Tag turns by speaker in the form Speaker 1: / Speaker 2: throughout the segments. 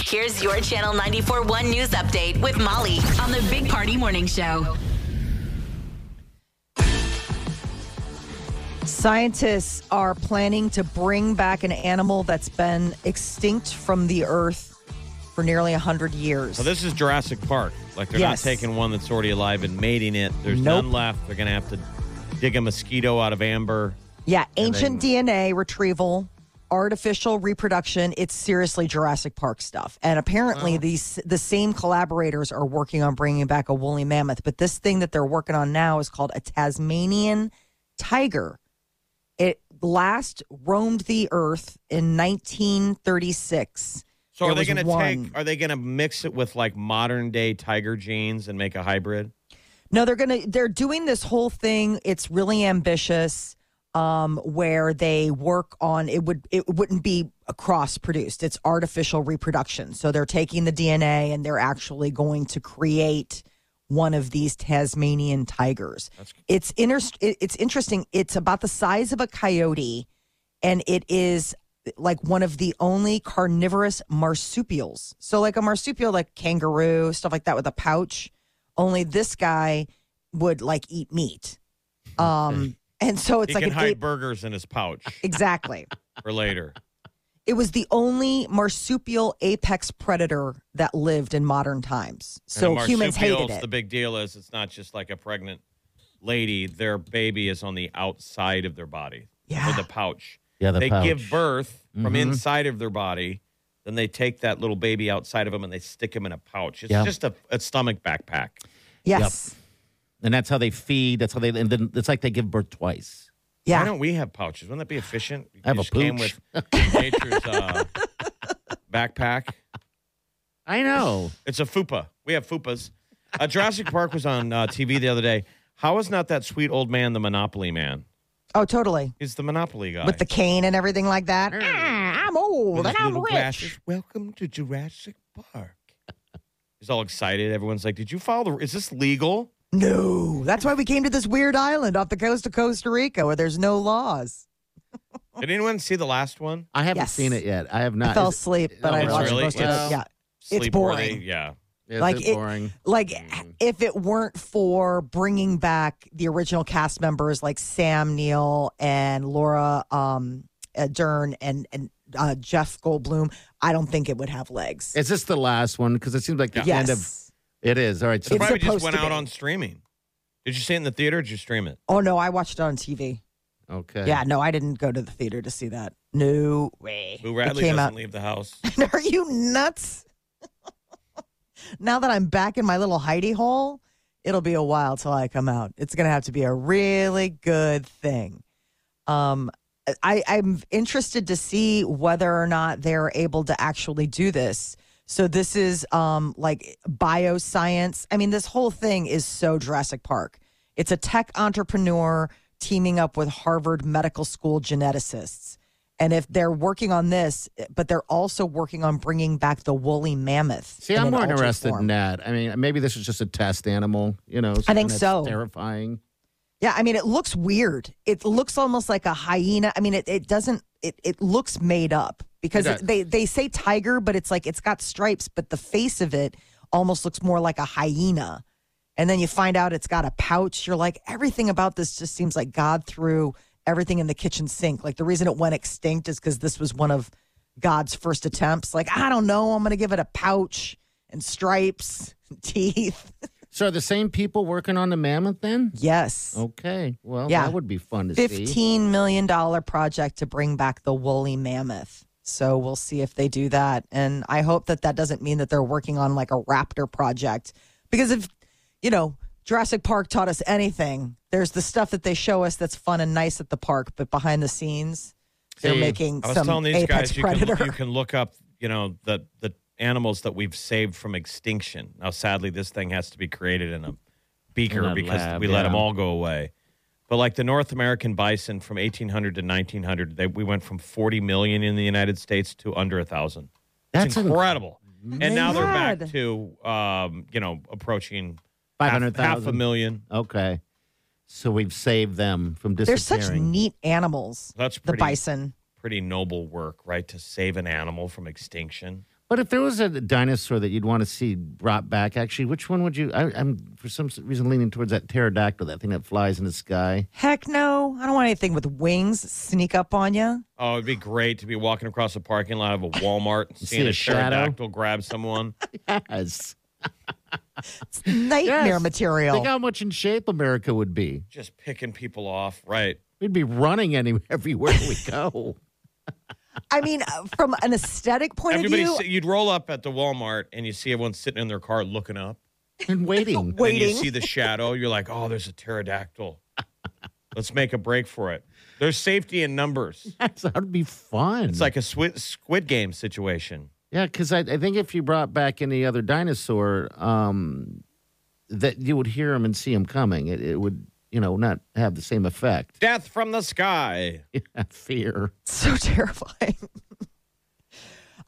Speaker 1: Here's your Channel 94.1 news update with Molly on the Big Party Morning Show.
Speaker 2: Scientists are planning to bring back an animal that's been extinct from the earth for nearly 100 years.
Speaker 3: So this is Jurassic Park. Like they're
Speaker 2: Yes.
Speaker 3: not taking one that's already alive and mating it. There's
Speaker 2: Nope.
Speaker 3: none left. They're gonna have to dig a mosquito out of amber.
Speaker 2: yeah, ancient DNA retrieval, artificial reproduction. It's seriously Jurassic Park stuff. And apparently, these the same collaborators are working on bringing back a woolly mammoth. But this thing that they're working on now is called a Tasmanian tiger. It last roamed the earth in 1936.
Speaker 3: So
Speaker 2: There
Speaker 3: are they
Speaker 2: was
Speaker 3: gonna
Speaker 2: one.
Speaker 3: take? Are they gonna mix it with like modern day tiger genes and make a hybrid?
Speaker 2: No, they're gonna they're doing this whole thing. It's really ambitious. Um, where they work on it would it wouldn't be cross produced. It's artificial reproduction. So they're taking the DNA and they're actually going to create one of these Tasmanian tigers. It's inter- it- it's interesting. It's about the size of a coyote, and it is like one of the only carnivorous marsupials. So like a marsupial, like kangaroo, stuff like that, with a pouch. Only this guy would like eat meat. Um, and so it's
Speaker 3: he
Speaker 2: like
Speaker 3: can
Speaker 2: an
Speaker 3: hide
Speaker 2: ape-
Speaker 3: burgers in his pouch
Speaker 2: exactly.
Speaker 3: for later.
Speaker 2: It was the only marsupial apex predator that lived in modern times. So
Speaker 3: And the
Speaker 2: humans hated
Speaker 3: marsupials,
Speaker 2: it.
Speaker 3: The big deal is it's not just like a pregnant lady. Their baby is on the outside of their body.
Speaker 2: Yeah.
Speaker 3: Or the pouch.
Speaker 4: Yeah, the
Speaker 3: they
Speaker 4: pouch. Mm-hmm.
Speaker 3: give birth from inside of their body. Then they take that little baby outside of them and they stick him in a pouch. It's
Speaker 4: Yeah.
Speaker 3: just a, a stomach backpack.
Speaker 2: yes.
Speaker 4: and that's how they feed. That's how they. And then it's like they give birth twice.
Speaker 3: Why
Speaker 2: Yeah.
Speaker 3: don't we have pouches? Wouldn't that be efficient?
Speaker 4: I have a
Speaker 3: Just came
Speaker 4: pooch.
Speaker 3: with nature's uh, backpack.
Speaker 4: I know.
Speaker 3: It's a fupa. We have fupas. Uh, Jurassic Park was on uh, TV the other day. How is not that sweet old man the Monopoly man?
Speaker 2: Oh, totally.
Speaker 3: He's the Monopoly guy.
Speaker 2: With the cane and everything like that. Ah, I'm old
Speaker 3: With
Speaker 2: and
Speaker 3: his
Speaker 2: I'm
Speaker 3: little
Speaker 2: rich.
Speaker 3: glasses. Welcome to Jurassic Park. He's all excited. Everyone's like, "Did you follow the? Is this legal?"
Speaker 2: No, that's why we came to this weird island off the coast of Costa Rica where there's no laws.
Speaker 3: Did anyone see the last one?
Speaker 4: I haven't
Speaker 2: Yes.
Speaker 4: seen it yet. I have not.
Speaker 2: I fell
Speaker 4: Is-
Speaker 2: asleep, but
Speaker 4: Oh,
Speaker 2: I
Speaker 3: it's
Speaker 2: watched
Speaker 3: really-
Speaker 2: most of
Speaker 4: Well-
Speaker 2: it. Yeah.
Speaker 3: Sleepworthy?
Speaker 2: boring.
Speaker 3: Yeah.
Speaker 4: Is
Speaker 2: like
Speaker 4: it
Speaker 2: it-
Speaker 4: boring?
Speaker 2: Like, if it weren't for bringing back the original cast members like Sam Neill and Laura um, uh, Dern and, and uh, Jeff Goldblum, I don't think it would have legs.
Speaker 4: Is this the last one? Because it seems like the
Speaker 2: yes.
Speaker 4: end of it is. All right. So
Speaker 3: It
Speaker 2: It's
Speaker 3: probably just
Speaker 2: supposed
Speaker 3: went
Speaker 2: to
Speaker 3: out
Speaker 2: be.
Speaker 3: on streaming. Did you see it in the theater? Or did you stream it?
Speaker 2: oh, no, I watched it on TV.
Speaker 4: okay.
Speaker 2: Yeah, no, I didn't go to the theater to see that. No way.
Speaker 3: Boo
Speaker 2: it
Speaker 3: Radley
Speaker 2: came
Speaker 3: doesn't
Speaker 2: out.
Speaker 3: leave the house.
Speaker 2: Are you nuts? now that I'm back in my little hidey hole, it'll be a while till I come out. It's going to have to be a really good thing. Um, I, I'm interested to see whether or not they're able to actually do this. So this is um, like bioscience. I mean, this whole thing is so Jurassic Park. It's a tech entrepreneur teaming up with Harvard Medical School geneticists. And if they're working on this, but they're also working on bringing back the woolly mammoth.
Speaker 4: See,
Speaker 2: in
Speaker 4: I'm
Speaker 2: an
Speaker 4: more
Speaker 2: altered
Speaker 4: interested
Speaker 2: form.
Speaker 4: in that. I mean, maybe this is just a test animal. You know,
Speaker 2: I think
Speaker 4: something that's
Speaker 2: so.
Speaker 4: Terrifying.
Speaker 2: Yeah, I mean, it looks weird. It looks almost like a hyena. I mean, it, it doesn't. It, it looks made up because
Speaker 4: It
Speaker 2: it-
Speaker 4: does.
Speaker 2: they they say tiger, but it's like it's got stripes, but the face of it almost looks more like a hyena. And then you find out it's got a pouch. You're like, everything about this just seems like God threw everything in the kitchen sink. Like the reason it went extinct is because this was one of God's first attempts. Like I don't know, I'm gonna give it a pouch and stripes, and teeth.
Speaker 4: So are the same people working on the mammoth then?
Speaker 2: yes.
Speaker 4: Okay. Well,
Speaker 2: Yeah.
Speaker 4: that would be fun to see.
Speaker 2: fifteen million dollar project to bring back the woolly mammoth. So we'll see if they do that, and I hope that that doesn't mean that they're working on like a raptor project because if you know Jurassic Park taught us anything, there's the stuff that they show us that's fun and nice at the park, but behind the scenes they're
Speaker 4: See,
Speaker 2: making
Speaker 3: I was
Speaker 2: some
Speaker 3: telling these
Speaker 2: apex
Speaker 3: guys you
Speaker 2: predator.
Speaker 3: can, you can look up, you know, the the animals that we've saved from extinction. Now, sadly, this thing has to be created in a beaker
Speaker 4: In a
Speaker 3: because
Speaker 4: lab,
Speaker 3: we let
Speaker 4: yeah.
Speaker 3: them all go away. But like the North American bison from 1800 to 1900, they, we went from 40 million in the United States to under a thousand. That's
Speaker 4: That's inc-
Speaker 3: incredible. And now they're back
Speaker 2: God.
Speaker 3: to um, you know approaching half-
Speaker 4: Five hundred
Speaker 3: half a
Speaker 4: thousand.
Speaker 3: million.
Speaker 4: Okay, so we've saved them from
Speaker 2: They're
Speaker 4: disappearing.
Speaker 2: such neat animals.
Speaker 3: That's
Speaker 2: the
Speaker 3: pretty-
Speaker 2: bison.
Speaker 3: Pretty noble work, right? To save an animal from extinction.
Speaker 4: But if there was a dinosaur that you'd want to see brought back, actually, which one would you? I, I'm for some reason leaning towards that pterodactyl, that thing that flies in the sky.
Speaker 2: Heck no. I don't want anything with wings sneak up on you.
Speaker 3: Oh, it'd be great to be walking across a parking lot of a Walmart and seeing
Speaker 4: See
Speaker 3: a,
Speaker 4: a shadow.
Speaker 3: pterodactyl grab someone.
Speaker 4: Yes.
Speaker 2: Nightmare
Speaker 4: Yes.
Speaker 2: material.
Speaker 4: Think how much in shape America would be.
Speaker 3: Just picking people off, right?
Speaker 4: We'd be running any, everywhere we go.
Speaker 2: I mean, uh, from an aesthetic point
Speaker 3: Everybody,
Speaker 2: of view,
Speaker 3: see- you'd roll up at the Walmart and you see everyone sitting in their car looking up.
Speaker 4: and waiting.
Speaker 3: And you
Speaker 2: waiting.
Speaker 3: see the shadow. You're like, oh, there's a pterodactyl. Let's make a break for it. There's safety in numbers.
Speaker 4: That's, that would be fun.
Speaker 3: It's like a squid, squid game situation.
Speaker 4: yeah, because I, I think if you brought back any other dinosaur, um, that you would hear them and see them coming. It, it would, you know, not have the same effect.
Speaker 3: Death from the sky.
Speaker 4: Fear.
Speaker 2: so terrifying.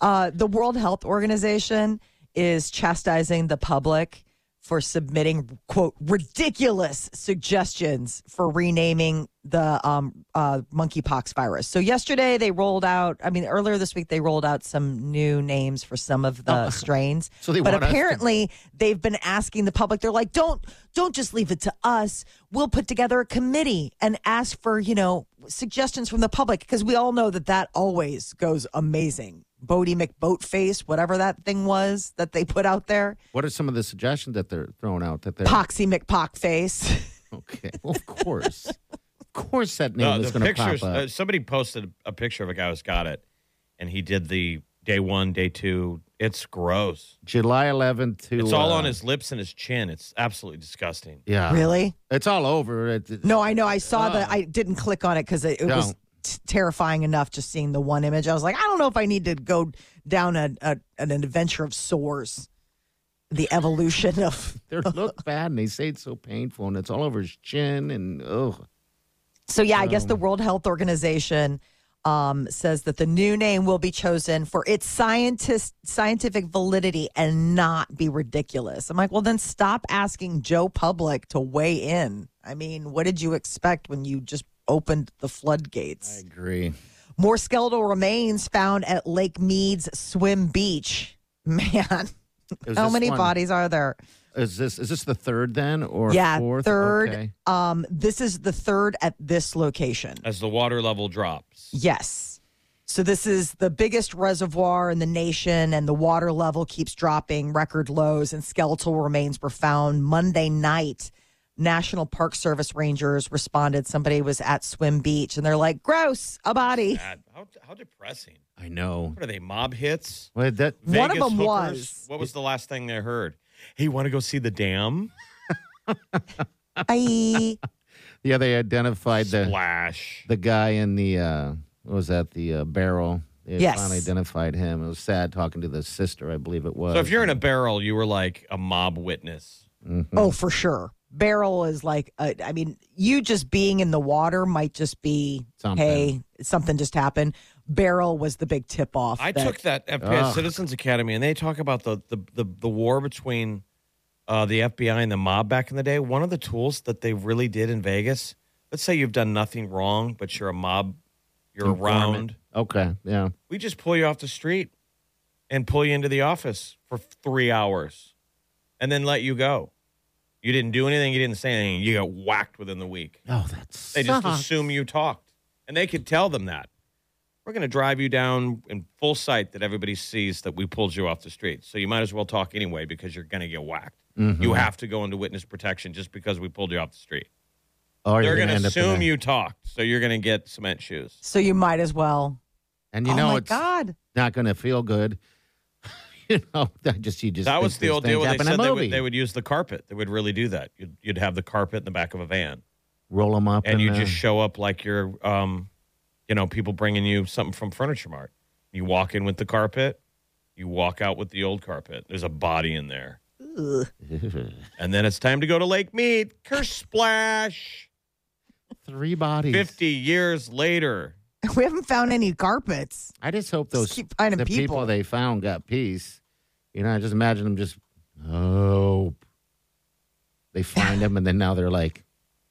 Speaker 2: uh, the World Health Organization is chastising the public for submitting quote ridiculous suggestions for renaming the um, uh, monkeypox virus. So yesterday they rolled out. I mean, earlier this week they rolled out some new names for some of the strains.
Speaker 4: Oh. So they
Speaker 2: but
Speaker 4: want us to-
Speaker 2: apparently they've been asking the public. They're like, don't don't just leave it to us. We'll put together a committee and ask for you know suggestions from the public because we all know that that always goes amazing. Bodie McBoatface, whatever that thing was that they put out there,
Speaker 4: What are some of the suggestions that they're throwing out? That they're
Speaker 2: Poxy McPockface.
Speaker 4: okay. Well, of course, of course, that name
Speaker 3: Uh,
Speaker 4: is
Speaker 3: the
Speaker 4: going to pop
Speaker 3: pictures.
Speaker 4: up.
Speaker 3: Uh, somebody posted a picture of a guy who's got it, and he did the day one, day two. It's gross.
Speaker 4: July 11th to.
Speaker 3: It's all
Speaker 4: uh,
Speaker 3: on his lips and his chin. It's absolutely disgusting.
Speaker 4: Yeah,
Speaker 2: Really?
Speaker 4: It's all over. It, it-
Speaker 2: No, I know. I saw the. I didn't click on it because it, it was
Speaker 4: Don't.
Speaker 2: t- terrifying enough just seeing the one image. I was like, I don't know if I need to go down a, a an adventure of sores, the evolution of.
Speaker 4: They look bad, and they say it's so painful, and it's all over his chin, and oh,
Speaker 2: So yeah, I guess
Speaker 4: Um,
Speaker 2: the World Health Organization um, says that the new name will be chosen for its scientist scientific validity and not be ridiculous. I'm like, well, then stop asking Joe Public to weigh in. I mean, what did you expect when you just opened the floodgates?
Speaker 4: agree.
Speaker 2: More skeletal remains found at Lake Mead's Swim Beach. Man,
Speaker 4: Is
Speaker 2: how
Speaker 4: this
Speaker 2: many
Speaker 4: one-
Speaker 2: bodies are there?
Speaker 4: Is this is this the third then or
Speaker 2: yeah,
Speaker 4: fourth?
Speaker 2: third.
Speaker 4: Okay.
Speaker 2: Um, this is the third at this location.
Speaker 3: As the water level drops,
Speaker 2: Yes. So this is the biggest reservoir in the nation, and the water level keeps dropping record lows, and skeletal remains were found Monday night. National Park Service rangers responded. Somebody was at Swim Beach, and they're like, "Gross, a body."
Speaker 3: God, how, how depressing.
Speaker 4: I know.
Speaker 3: What are they, mob hits?
Speaker 4: Well, that
Speaker 2: One of
Speaker 3: Vegas
Speaker 2: them
Speaker 3: hookers?
Speaker 2: was.
Speaker 3: What was the last thing they heard? Hey, you want to go see the dam?
Speaker 2: Bye.
Speaker 4: yeah, they identified the
Speaker 3: Splash.
Speaker 4: the guy in the uh, what was that the uh, barrel. They
Speaker 2: Yes.
Speaker 4: finally identified him. It was sad talking to the sister, I believe it was.
Speaker 3: So if you're in a barrel, you were like a mob witness.
Speaker 2: Oh, for sure. Barrel is like, uh, I mean, you just being in the water might just be,
Speaker 4: Something.
Speaker 2: hey, something just happened. Barrel was the big tip off.
Speaker 3: I
Speaker 2: that-
Speaker 3: took that at
Speaker 4: Ugh.
Speaker 3: Citizens Academy, and they talk about the the the, the war between uh, the FBI and the mob back in the day. One of the tools that they really did in Vegas. Let's say you've done nothing wrong, but you're a mob, you're around.
Speaker 4: okay, yeah,
Speaker 3: We just pull you off the street and pull you into the office for three hours, and then let you go. You didn't do anything. You didn't say anything. You got whacked within the week.
Speaker 4: oh that's
Speaker 3: They just assume you talked, and they could tell them that. We're going to drive you down in full sight that everybody sees that we pulled you off the street. So you might as well talk anyway because you're going to get whacked.
Speaker 4: Mm-hmm.
Speaker 3: You have to go into witness protection just because we pulled you off the street.
Speaker 4: Or
Speaker 3: They're
Speaker 4: Oh, you're
Speaker 3: going
Speaker 4: gonna
Speaker 3: to
Speaker 4: end up in
Speaker 3: assume
Speaker 4: a-
Speaker 3: you talked, so you're going to get cement shoes.
Speaker 2: So you might as well.
Speaker 4: and you
Speaker 2: oh
Speaker 4: know
Speaker 2: my
Speaker 4: it's
Speaker 2: God.
Speaker 4: not going to feel good. you know, that just you just
Speaker 3: that
Speaker 4: think
Speaker 3: was the
Speaker 4: these
Speaker 3: old deal.
Speaker 4: things
Speaker 3: Where they
Speaker 4: happen in
Speaker 3: said they
Speaker 4: movie.
Speaker 3: would, they would use the carpet. They would really do that. You'd, you'd have the carpet in the back of a van,
Speaker 4: roll them up,
Speaker 3: and you
Speaker 4: uh,
Speaker 3: just show up like you're, um, you know, people bringing you something from Furniture Mart. You walk in with the carpet, You walk out with the old carpet. There's a body in there. and then it's time to go to Lake Mead. Curse splash.
Speaker 4: Three bodies.
Speaker 3: 50 years later.
Speaker 2: We haven't found any carpets.
Speaker 4: I just hope those
Speaker 2: keep finding
Speaker 4: the people.
Speaker 2: people.
Speaker 4: they found got peace. You know, I just imagine them just oh, they find them and then now they're like,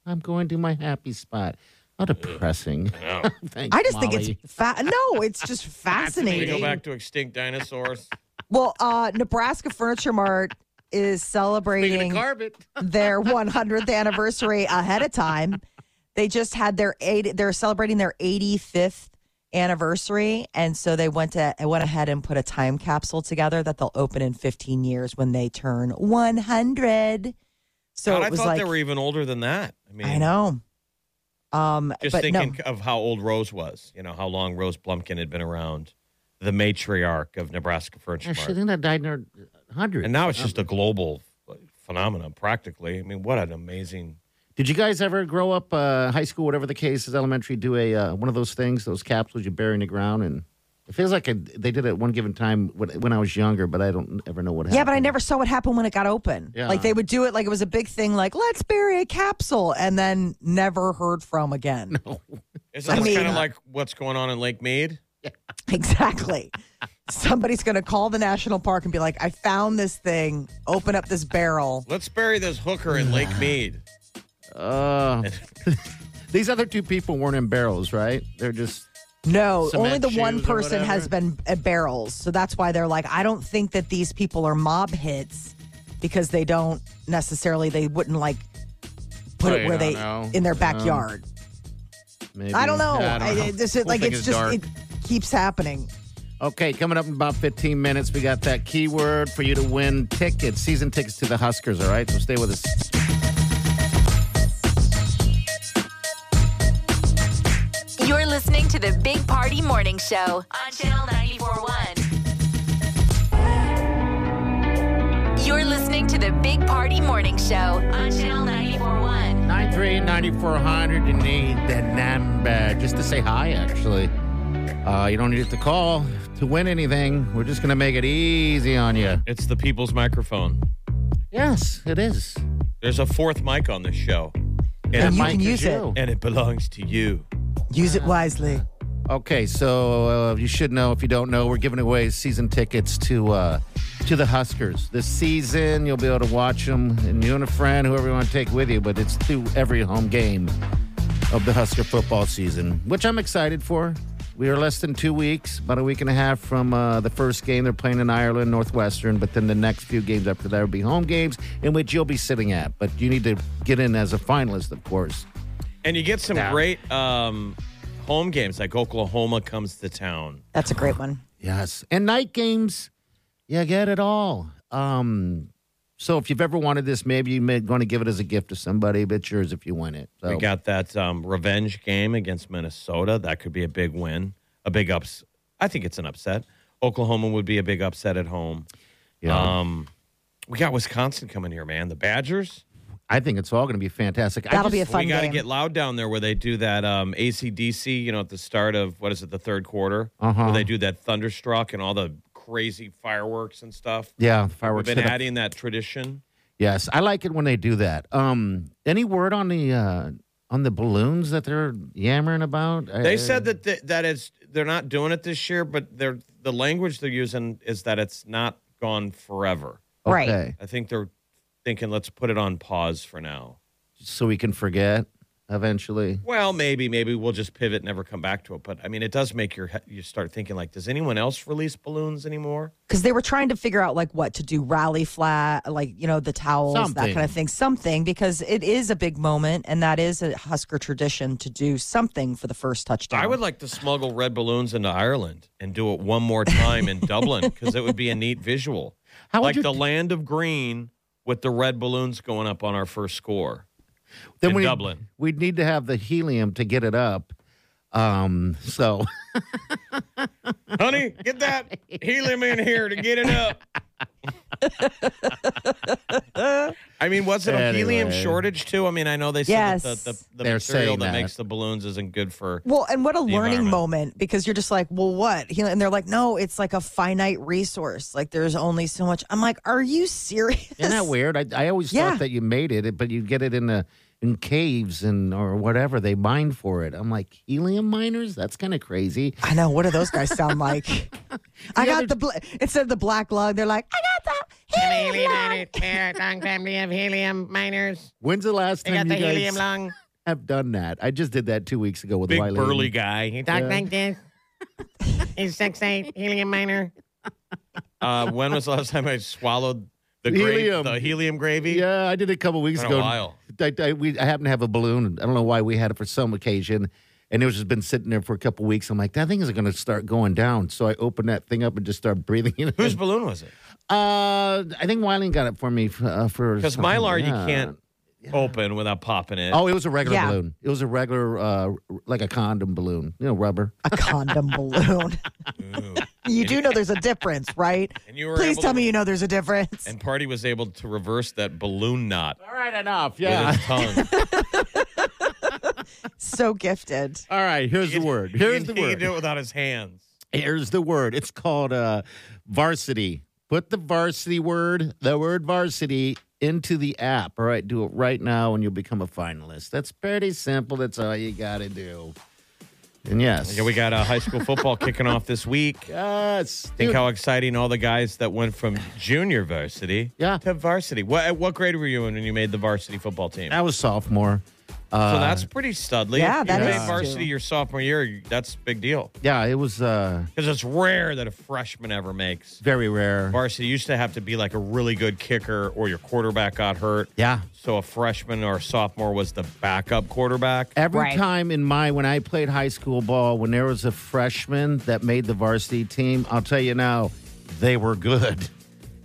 Speaker 4: I'm going to my happy spot. How depressing. Thanks,
Speaker 2: I just
Speaker 4: Molly.
Speaker 2: think it's fa- no, it's just
Speaker 3: Can we go
Speaker 2: fascinating.
Speaker 3: back to extinct dinosaurs?
Speaker 2: Well, uh, Nebraska Furniture Mart is
Speaker 4: Speaking
Speaker 2: celebrating
Speaker 4: of carpet.
Speaker 2: their 100th anniversary ahead of time. They just had their 80, they're celebrating their 85th anniversary, and so they went to went ahead and put a time capsule together that they'll open in 15 years when they turn 100. So
Speaker 3: God, I
Speaker 2: it was
Speaker 3: thought
Speaker 2: like
Speaker 3: they were even older than that. I mean,
Speaker 2: I know. Um,
Speaker 3: Just
Speaker 2: but
Speaker 3: thinking
Speaker 2: no,
Speaker 3: of how old Rose was, you know, how long Rose Blumpkin had been around, the matriarch of Nebraska Furniture
Speaker 4: Actually,
Speaker 3: Mart.
Speaker 4: then that died in her hundred.
Speaker 3: And now it's just a global phenomenon, practically. I mean, what an amazing.
Speaker 4: Did you guys ever grow up, uh, high school, whatever the case is, elementary, do a uh, one of those things, those capsules you bury in the ground, and it feels like I, they did it at one given time when, when I was younger, but I don't ever know what happened.
Speaker 2: yeah, but I never saw what happened when it got open.
Speaker 4: Yeah.
Speaker 2: Like they would do it like it was a big thing, like let's bury a capsule, and then never heard from again.
Speaker 3: Isn't
Speaker 2: I
Speaker 3: this
Speaker 2: mean- uh,
Speaker 3: kind of like what's going on in Lake Mead?
Speaker 2: Exactly. Somebody's going to call the national park and be like, I found this thing. Open up this barrel.
Speaker 3: Let's bury this hooker in Lake Mead.
Speaker 4: Uh, these other two people weren't in barrels, right? They're just
Speaker 2: No,
Speaker 4: Cement
Speaker 2: only the one
Speaker 4: shoes or
Speaker 2: person has been at barrels. So that's why they're like, I don't think that these people are mob hits because they don't necessarily, they wouldn't like put
Speaker 4: Oh,
Speaker 2: it
Speaker 4: you
Speaker 2: where they,
Speaker 4: don't know.
Speaker 2: in their
Speaker 4: Um,
Speaker 2: backyard.
Speaker 4: maybe.
Speaker 2: I don't know.
Speaker 4: Yeah, I don't know.
Speaker 2: I- it just, it-
Speaker 4: Whole
Speaker 2: like,
Speaker 4: thing
Speaker 2: it's
Speaker 4: is
Speaker 2: just,
Speaker 4: dark.
Speaker 2: it keeps happening.
Speaker 4: Okay, coming up in about 15 minutes, we got that keyword for you to win tickets, season tickets to the Huskers, all right? So stay with us.
Speaker 1: You're listening to the Big Party Morning Show on Channel 941. You're listening to the Big Party Morning Show on Channel 941.
Speaker 4: 93-9400, you need the number just to say hi, actually. Uh, you don't need it to call to win anything. We're just going to make it easy on you.
Speaker 3: It's the people's microphone.
Speaker 4: Yes, it is.
Speaker 3: There's a fourth mic on this show, and,
Speaker 2: And
Speaker 3: it,
Speaker 2: you
Speaker 4: mic
Speaker 2: can
Speaker 4: is
Speaker 2: use it.
Speaker 4: you.
Speaker 3: and it belongs to you.
Speaker 2: Use it wisely.
Speaker 4: Okay, so uh, you should know. If you don't know, we're giving away season tickets to uh, to the Huskers this season. You'll be able to watch them, and you and a friend, whoever you want to take with you. But it's to every home game of the Husker football season, which I'm excited for. We are less than two weeks, about a week and a half from uh, the first game. They're playing in Ireland, Northwestern, but then the next few games after that will be home games in which you'll be sitting at. But you need to get in as a finalist, of course.
Speaker 3: And you get some
Speaker 4: Yeah.
Speaker 3: great um, home games, like Oklahoma comes to town.
Speaker 2: That's a great one.
Speaker 4: Yes. And night games, you get it all. Um, so if you've ever wanted this, maybe you may going to give it as a gift to somebody, but it's yours if you win it. So
Speaker 3: We got that um, revenge game against Minnesota. That could be a big win, a big ups. I think it's an upset. Oklahoma would be a big upset at home.
Speaker 4: yeah.
Speaker 3: Um, we got Wisconsin coming here, man. The Badgers.
Speaker 4: I think it's all going to be fantastic. I
Speaker 2: That'll
Speaker 4: just-
Speaker 2: be a fun
Speaker 3: we got to
Speaker 2: game.
Speaker 3: get loud down there where they do that um, ACDC, you know, at the start of what is it, the third quarter,
Speaker 4: Uh-huh.
Speaker 3: where they do that thunderstruck and all the crazy fireworks and stuff.
Speaker 4: yeah,
Speaker 3: We've
Speaker 4: fireworks.
Speaker 3: been
Speaker 4: hit up.
Speaker 3: adding that tradition.
Speaker 4: Yes, I like it when they do that. Um, any word on the uh, on the balloons that they're yammering about?
Speaker 3: They said that th- that is they're not doing it this year, but they're the language they're using is that it's not gone forever.
Speaker 2: Right.
Speaker 3: I think they're thinking let's put it on pause for now.
Speaker 4: so we can forget eventually.
Speaker 3: Well, maybe maybe we'll just pivot, and never come back to it. But I mean, it does make your he- you start thinking like, does anyone else release balloons anymore?
Speaker 2: because they were trying to figure out like what to do rally flat like you know the towels that
Speaker 4: Something.
Speaker 2: kind of thing something because it is a big moment and that is a husker tradition to do something for the first touchdown
Speaker 3: I would like to smuggle red balloons into Ireland and do it one more time in Dublin because it would be a neat visual,
Speaker 4: How would
Speaker 3: like
Speaker 4: you
Speaker 3: the land of green with the red balloons going up on our first score.
Speaker 4: then
Speaker 3: in
Speaker 4: we,
Speaker 3: Dublin.
Speaker 4: We'd need to have the helium to get it up. Um, so
Speaker 3: Honey, get that helium in here to get it up. I mean, was it a helium
Speaker 4: Anyway.
Speaker 3: shortage too? I mean, I know they said that
Speaker 2: Yes.
Speaker 3: the, the, the
Speaker 4: They're
Speaker 3: material
Speaker 4: saying
Speaker 3: that,
Speaker 4: that.
Speaker 3: makes the balloons isn't good for.
Speaker 2: Well, and what a learning
Speaker 3: environment.
Speaker 2: moment because you're just like, well, what? He- And they're like, no, it's like a finite resource. Like there's only so much. I'm like, are you serious?
Speaker 4: Isn't that weird? I, I always
Speaker 2: Yeah.
Speaker 4: thought that you made it, but you get it in the in caves and or whatever they mine for it. I'm like helium miners. That's kind of crazy.
Speaker 2: I know. What do those guys sound like? I got the bla- instead of the black lung, they're like, I got the helium lung."
Speaker 5: long family of helium miners.
Speaker 4: When's the last
Speaker 5: They got
Speaker 4: time
Speaker 5: the
Speaker 4: you guys
Speaker 5: helium lung.
Speaker 4: have done that? I just did that two weeks ago with
Speaker 3: Big
Speaker 4: Wiley.
Speaker 3: burly guy.
Speaker 5: Talk
Speaker 4: Yeah.
Speaker 5: like this. He's six eight helium miner.
Speaker 3: Uh, when was the last time I swallowed the helium,
Speaker 4: Helium.
Speaker 3: the helium gravy?
Speaker 4: Yeah, I did it a couple weeks
Speaker 3: Been a
Speaker 4: ago.
Speaker 3: while.
Speaker 4: I, I, we, I happen to have a balloon. I don't know why we had it for some occasion. And it was just been sitting there for a couple weeks. I'm like, that thing is going to start going down. So I opened that thing up and just started breathing in. it.
Speaker 3: Whose balloon was it?
Speaker 4: Uh, I think Wyling got it for me f- uh, for
Speaker 3: Because
Speaker 4: something,
Speaker 3: mylar
Speaker 4: yeah.
Speaker 3: you can't open without popping it.
Speaker 4: Oh, it was a regular
Speaker 2: Yeah.
Speaker 4: balloon. It was a regular, uh, r- like a condom balloon, you know, rubber.
Speaker 2: a condom balloon. you do know there's a difference, right?
Speaker 3: And you were
Speaker 2: Please
Speaker 3: able
Speaker 2: tell
Speaker 3: to-
Speaker 2: me you know there's a difference.
Speaker 3: And Party was able to reverse that balloon knot
Speaker 4: All right, enough.
Speaker 3: with his tongue.
Speaker 2: so gifted.
Speaker 4: All right, here's the word. Here's
Speaker 3: he,
Speaker 4: the
Speaker 3: he
Speaker 4: word.
Speaker 3: did it without his hands.
Speaker 4: Here's the word. It's called uh, varsity. Put the varsity word, the word varsity, into the app. All right, do it right now, and you'll become a finalist. That's pretty simple. That's all you got to do. And yes,
Speaker 3: Yeah, we got uh, high school football kicking off this week.
Speaker 4: yes,
Speaker 3: Think
Speaker 4: dude.
Speaker 3: how exciting all the guys that went from junior varsity
Speaker 4: Yeah.
Speaker 3: to varsity. What what grade were you in when you made the varsity football team?
Speaker 4: that was sophomore. Uh,
Speaker 3: so that's pretty studly.
Speaker 2: Yeah,
Speaker 3: If
Speaker 2: that
Speaker 3: you
Speaker 2: is
Speaker 3: made varsity
Speaker 2: too.
Speaker 3: your sophomore year. you- That's a big deal
Speaker 4: Yeah, it was uh,
Speaker 3: because it's rare that a freshman ever makes
Speaker 4: very rare.
Speaker 3: varsity. Used to have to be like a really good kicker or your quarterback got hurt.
Speaker 4: Yeah.
Speaker 3: So a freshman or a sophomore was the backup quarterback.
Speaker 4: Every
Speaker 2: Right.
Speaker 4: time in my when I played high school ball, when there was a freshman that made the varsity team, I'll tell you now, they were good,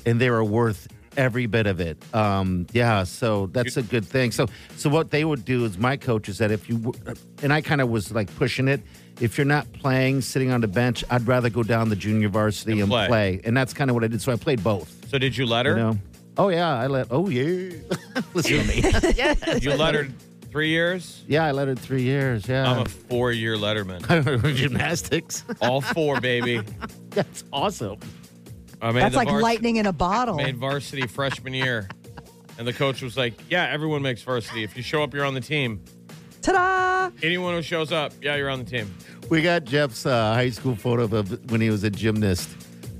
Speaker 4: and they were worth every bit of it. Um, yeah, so that's a good thing. So, so what they would do is my coach is that if you w- and I kind of was like pushing it. If you're not playing, sitting on the bench, I'd rather go down the junior varsity and,
Speaker 3: play.
Speaker 4: play. and that's kind of what I did. So I played both.
Speaker 3: So did you let her?
Speaker 4: You know? Oh yeah, I let. Oh yeah, listen to me.
Speaker 3: You lettered three years.
Speaker 4: yeah, I let it three years. Yeah,
Speaker 3: I'm a four year letterman.
Speaker 4: gymnastics.
Speaker 3: All four, baby.
Speaker 4: That's awesome.
Speaker 3: I made
Speaker 2: That's
Speaker 3: the
Speaker 2: like
Speaker 3: vars-
Speaker 2: lightning in a bottle.
Speaker 3: Made varsity freshman year. And the coach was like, Yeah, everyone makes varsity. If you show up, you're on the team.
Speaker 2: Ta-da!
Speaker 3: Anyone who shows up, yeah, you're on the team.
Speaker 4: We got Jeff's uh, high school photo of when he was a gymnast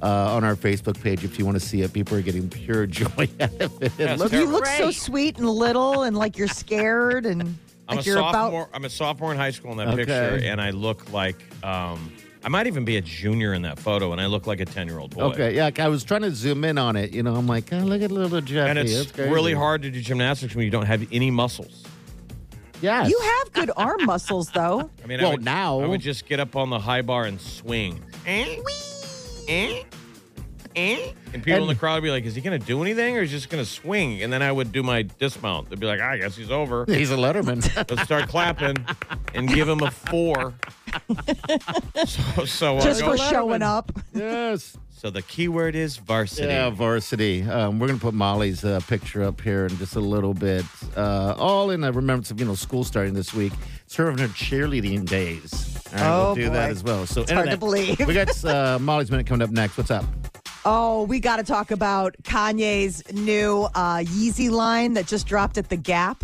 Speaker 4: uh, on our Facebook page. If you want to see it, people are getting pure joy out of it.
Speaker 3: That's
Speaker 4: Look-
Speaker 2: You look so
Speaker 5: Great.
Speaker 2: sweet and little, and like you're scared, and
Speaker 3: I'm
Speaker 2: like
Speaker 3: a
Speaker 2: you're
Speaker 3: sophomore.
Speaker 2: about.
Speaker 3: I'm a sophomore in high school in that
Speaker 4: Okay.
Speaker 3: picture, and I look like um, I might even be a junior in that photo, and I look like a ten year old boy.
Speaker 4: okay, yeah, I was trying to zoom in on it. You know, I'm like, oh, look at little Jeff.
Speaker 3: And it's really hard to do gymnastics when you don't have any muscles.
Speaker 4: Yes.
Speaker 2: You have good arm muscles, though.
Speaker 3: I mean, I
Speaker 4: Well,
Speaker 3: would,
Speaker 4: now-
Speaker 3: I would just get up on the high bar and swing. Eh? Eh? Eh? And people in the crowd would be like, "Is he going to do anything, or is he just going to swing?" And then I would do my dismount. They'd be like, "Ah, "I guess he's over."
Speaker 4: He's a letterman.
Speaker 3: Let's start clapping and give him a four. so, so, uh,
Speaker 2: Just
Speaker 3: go-
Speaker 2: for showing up.
Speaker 4: yes.
Speaker 3: so the key word is varsity.
Speaker 4: Yeah, varsity. Um, we're going to put Molly's uh, picture up here in just a little bit. Uh, all in the remembrance of you know school starting this week. It's her and her cheerleading days. All right,
Speaker 2: Oh,
Speaker 4: we'll do that
Speaker 2: boy.
Speaker 4: as well. So
Speaker 2: It's hard to believe.
Speaker 4: We got uh, Molly's minute coming up next. What's up?
Speaker 2: Oh, we got to talk about Kanye's new uh, Yeezy line that just dropped at the Gap.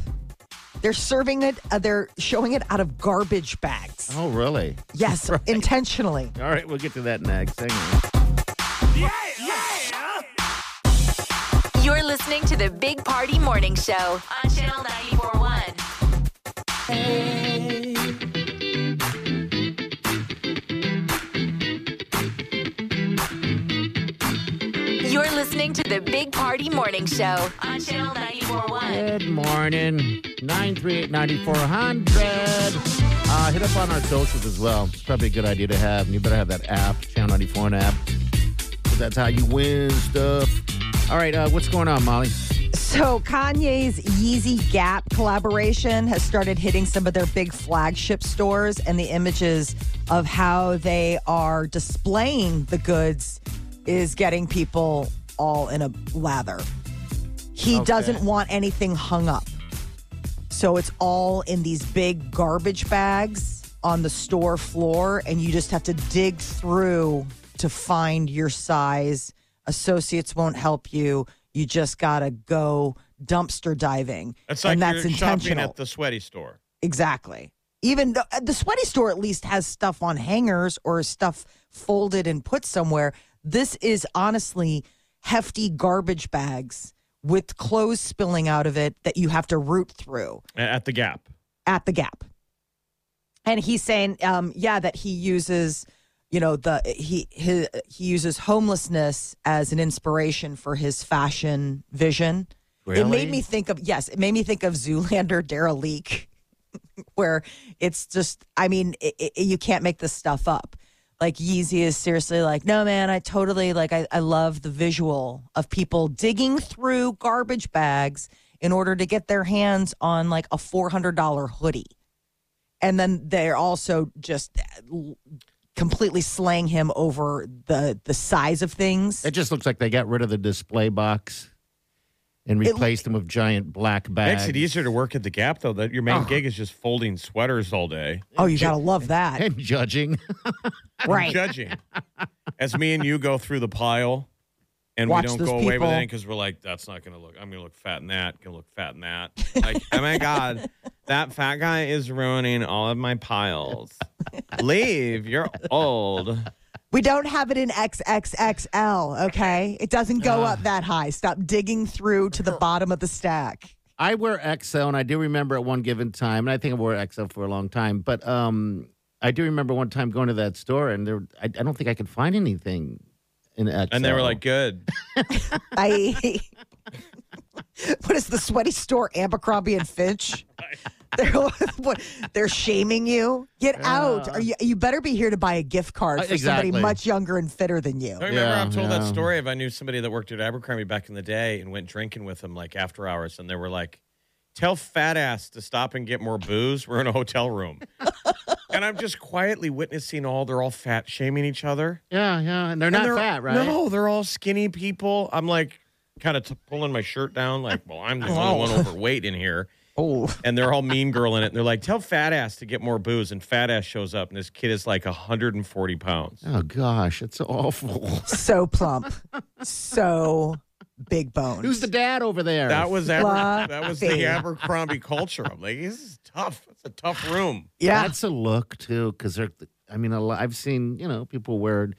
Speaker 2: They're serving it. Uh, they're showing it out of garbage bags.
Speaker 4: Oh, really?
Speaker 2: yes, intentionally.
Speaker 4: All right, we'll get to that next. Hang on.
Speaker 1: You're listening to the Big Party Morning Show on Channel 941. You're listening to the Big Party Morning Show on Channel 941.
Speaker 4: Good morning. 938-9400. Uh, hit up on our socials as well. It's probably a good idea to have. And you better have that app, Channel 94 app. 'Cause that's how you win stuff. All right, uh, what's going on, Molly?
Speaker 2: So Kanye's Yeezy Gap collaboration has started hitting some of their big flagship stores, and the images of how they are displaying the goods is getting people all in a lather. He doesn't want anything hung up. So it's all in these big garbage bags on the store floor, and you just have to dig through to find your size. Associates won't help you. You just gotta go dumpster diving.
Speaker 3: That's like
Speaker 2: and that's
Speaker 3: you're shopping
Speaker 2: intentional.
Speaker 3: at the sweaty store.
Speaker 2: Exactly. Even the, uh, the sweaty store at least has stuff on hangers or stuff folded and put somewhere. This is honestly hefty garbage bags with clothes spilling out of it that you have to root through
Speaker 3: A- At the Gap.
Speaker 2: at the gap. And he's saying, um, yeah, that he uses, you know, the he he he uses homelessness as an inspiration for his fashion vision. It
Speaker 4: Really?
Speaker 2: made me think of yes, it made me think of Zoolander Daryl Leak, where it's just, I mean, i i you can't make this stuff up. Like Yeezy is seriously like, no man, I totally like, I, I love the visual of people digging through garbage bags in order to get their hands on like a four hundred dollar hoodie and then they're also just uh, l- completely slaying him over the the size of things.
Speaker 4: It just looks like they got rid of the display box and replaced them with giant black bags.
Speaker 3: Makes it easier to work at the Gap though. That your main gig is just folding sweaters all day,
Speaker 2: oh, you gotta love that,
Speaker 4: And judging.
Speaker 2: right?
Speaker 3: judging. As me and you go through the pile, and
Speaker 2: Watch
Speaker 3: we don't
Speaker 2: those
Speaker 3: go away with
Speaker 2: people.
Speaker 3: anything because we're like, that's not going to look. I'm going to look fat in that. Going to look fat in that. Like, oh my god, that fat guy is ruining all of my piles. Leave. You're old.
Speaker 2: We don't have it in XXXL. Okay, it doesn't go up that high. Stop digging through to the bottom of the stack.
Speaker 4: I wear XL, and I do remember at one given time, and I think I wore XL for a long time, but um, I do remember one time going to that store, and there, I, I don't think I could find anything in XL.
Speaker 3: And they were like, good.
Speaker 2: I. What is the sweaty store Abercrombie and Finch? They're what, they're shaming you. Get out! Are you, you better be here to buy a gift card
Speaker 4: Uh,
Speaker 2: for
Speaker 4: exactly.
Speaker 2: somebody much younger and fitter than you.
Speaker 3: I remember
Speaker 4: Yeah,
Speaker 3: I've told that
Speaker 4: yeah.
Speaker 3: story of I knew somebody that worked at Abercrombie back in the day and went drinking with him like after hours, and they were like, "Tell fat ass to stop and get more booze. We're in a hotel room." and I'm just quietly witnessing all they're all fat shaming each other.
Speaker 4: yeah, yeah, and they're not
Speaker 3: And they're-
Speaker 4: fat, right?
Speaker 3: No, they're all skinny people. I'm like kind of t- pulling my shirt down, like, "Well, I'm the only one overweight in here."
Speaker 2: Oh,
Speaker 3: And they're all mean girl in it. And they're like, "Tell fat ass to get more booze," and fat ass shows up, and this kid is like 140 pounds.
Speaker 4: Oh gosh, it's awful.
Speaker 2: so plump, so big boned.
Speaker 4: Who's the dad over there?
Speaker 3: That was Aber- that was the
Speaker 2: Fluffy.
Speaker 3: Abercrombie culture. I'm like, this is tough. It's a tough room.
Speaker 2: yeah,
Speaker 4: That's a look too, because they're. I mean, a lo- I've seen you know people wear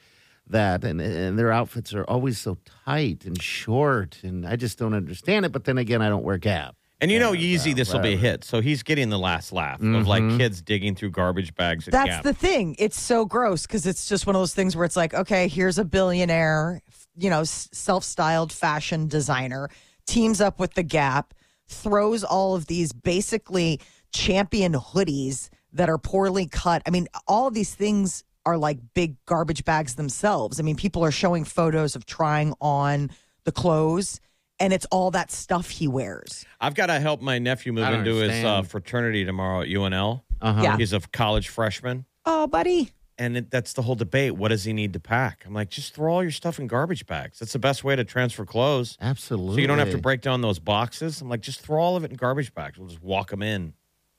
Speaker 4: that, and and their outfits are always so tight and short, and I just don't understand it. But then again, I don't wear Gap.
Speaker 3: And uh, Mm-hmm. you know, Yeezy, this will be a hit. So he's getting the last laugh of like kids digging through garbage bags. At
Speaker 2: that's
Speaker 3: Gap.
Speaker 2: the thing. It's so gross because it's just one of those things where it's like, okay, here's a billionaire, f- you know, self styled fashion designer, teams up with the Gap, throws all of these basically champion hoodies that are poorly cut. I mean, all of these things are like big garbage bags themselves. I mean, people are showing photos of trying on the clothes. And it's all that stuff he wears.
Speaker 3: I've got to help my nephew move
Speaker 4: I don't
Speaker 3: into his uh,
Speaker 4: understand.
Speaker 3: fraternity tomorrow at UNL.
Speaker 4: Uh-huh.
Speaker 2: Yeah.
Speaker 3: He's a college freshman.
Speaker 2: Oh, buddy.
Speaker 3: And it, that's the whole debate. What does he need to pack? I'm like, just throw all your stuff in garbage bags. That's the best way to transfer clothes.
Speaker 4: Absolutely.
Speaker 3: So you don't have to break down those boxes. I'm like, just throw all of it in garbage bags. We'll just walk them in.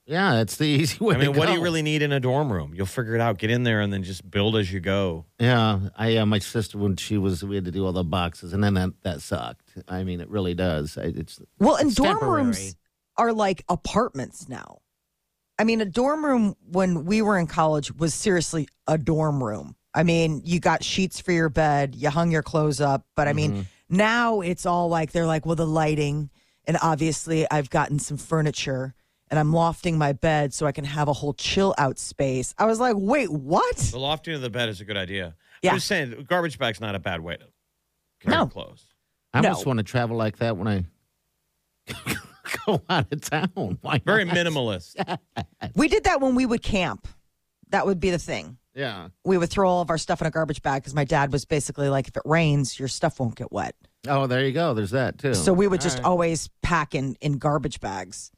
Speaker 4: Yeah, it's the easy way.
Speaker 3: I mean,
Speaker 4: to
Speaker 3: what do you
Speaker 4: go.
Speaker 3: really need in a dorm room? You'll figure it out. Get in there and then just build as you go.
Speaker 4: Yeah, I uh, my sister when she was we had to do all the boxes, and then that that sucked. I mean, it really does. I, it's
Speaker 2: Well, and
Speaker 4: It's
Speaker 2: dorm
Speaker 4: temporary.
Speaker 2: rooms are like apartments now. I mean, a dorm room when we were in college was seriously a dorm room. I mean, you got sheets for your bed, you hung your clothes up, but I mean,
Speaker 4: Mm-hmm.
Speaker 2: now it's all like they're like, well, the lighting, and obviously I've gotten some furniture and I'm lofting my bed so I can have a whole chill out space. I was like, wait, what?
Speaker 3: The lofting of the bed is a good idea.
Speaker 2: Yeah.
Speaker 3: I'm just saying, garbage bag's not a bad way to carry
Speaker 2: No.
Speaker 3: clothes.
Speaker 4: I
Speaker 2: No.
Speaker 4: just want to travel like that when I go out of town. Why
Speaker 3: Very
Speaker 4: not?
Speaker 3: minimalist.
Speaker 2: We did that when we would camp. That would be the thing.
Speaker 4: Yeah.
Speaker 2: we would throw all of our stuff in a garbage bag because my dad was basically like, if it rains, your stuff won't get wet.
Speaker 4: Oh, there you go. There's that too.
Speaker 2: So we would just always pack in in garbage bags.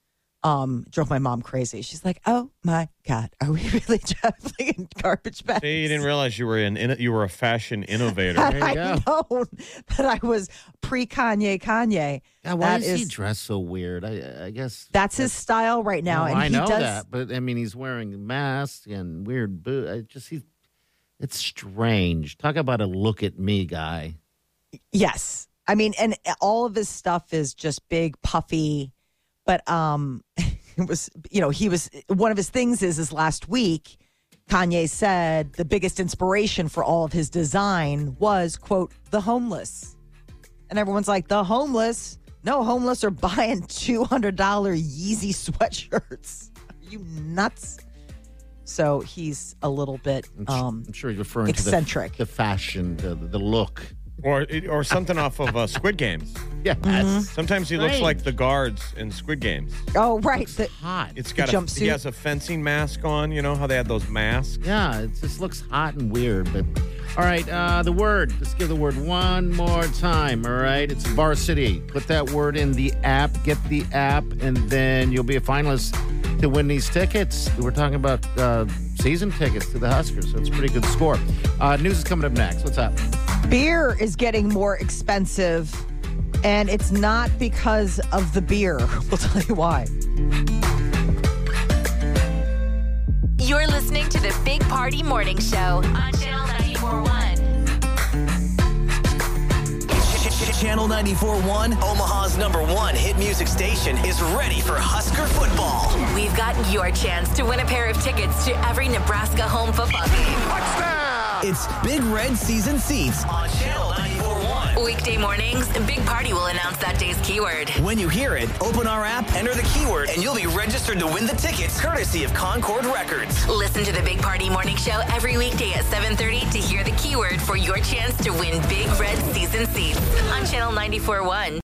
Speaker 2: um, drove my mom crazy. She's like, "Oh my god, are we really traveling in garbage bags?"
Speaker 3: See, you didn't realize you were an in, you were a fashion innovator.
Speaker 4: There you go.
Speaker 2: I know that I was pre Kanye. Kanye.
Speaker 4: God, why
Speaker 2: That
Speaker 4: is, he
Speaker 2: is-
Speaker 4: dressed so weird? I, I guess.
Speaker 2: That's his style right now,
Speaker 4: No,
Speaker 2: and
Speaker 4: Oh, I
Speaker 2: he
Speaker 4: know
Speaker 2: does.
Speaker 4: that, but I mean, he's wearing masks and weird boot. I just he. It's strange. Talk about a look at me guy.
Speaker 2: Yes. I mean, and all of his stuff is just big, puffy. But um it was, you know, he was one of his things is is last week Kanye said the biggest inspiration for all of his design was quote the homeless. And everyone's like, the homeless? No, homeless are buying two hundred dollar Yeezy sweatshirts. Are you nuts? So he's a little bit um
Speaker 4: I'm sure he's referring
Speaker 2: eccentric.
Speaker 4: to the, the fashion, the, the look.
Speaker 3: or or something off of uh, Squid Games.
Speaker 4: Yes.
Speaker 3: Sometimes he looks
Speaker 4: Strange.
Speaker 3: like the guards in Squid Games.
Speaker 2: oh right. The,
Speaker 4: Hot.
Speaker 3: It's got
Speaker 2: The
Speaker 3: a, he
Speaker 2: jumpsuit?
Speaker 3: has a fencing mask on. You know how they had those masks.
Speaker 4: Yeah, it just looks hot and weird. But all right, uh, the word. Let's give the word one more time. All right, it's varsity. Put that word in the app. Get the app, and then you'll be a finalist to win these tickets. We're talking about uh, season tickets to the Huskers, so it's a pretty good score. Uh, news is coming up next. What's up?
Speaker 2: beer is getting more expensive, and it's not because of the beer. We'll tell you why.
Speaker 1: You're listening to the Big Party Morning Show on Channel 941.
Speaker 6: Channel 94.1, Omaha's number one hit music station, is ready for Husker football.
Speaker 1: We've got your chance to win a pair of tickets to every Nebraska home football game.
Speaker 6: It's Big Red Season Seats on Channel 94.1.
Speaker 1: Weekday mornings, Big Party will announce that day's keyword.
Speaker 6: When you hear it, open our app, enter the keyword, and you'll be registered to win the tickets courtesy of Concord Records.
Speaker 1: Listen to the Big Party Morning Show every weekday at 7:30 to hear the keyword for your chance to win Big Red season seats on Channel 94.1.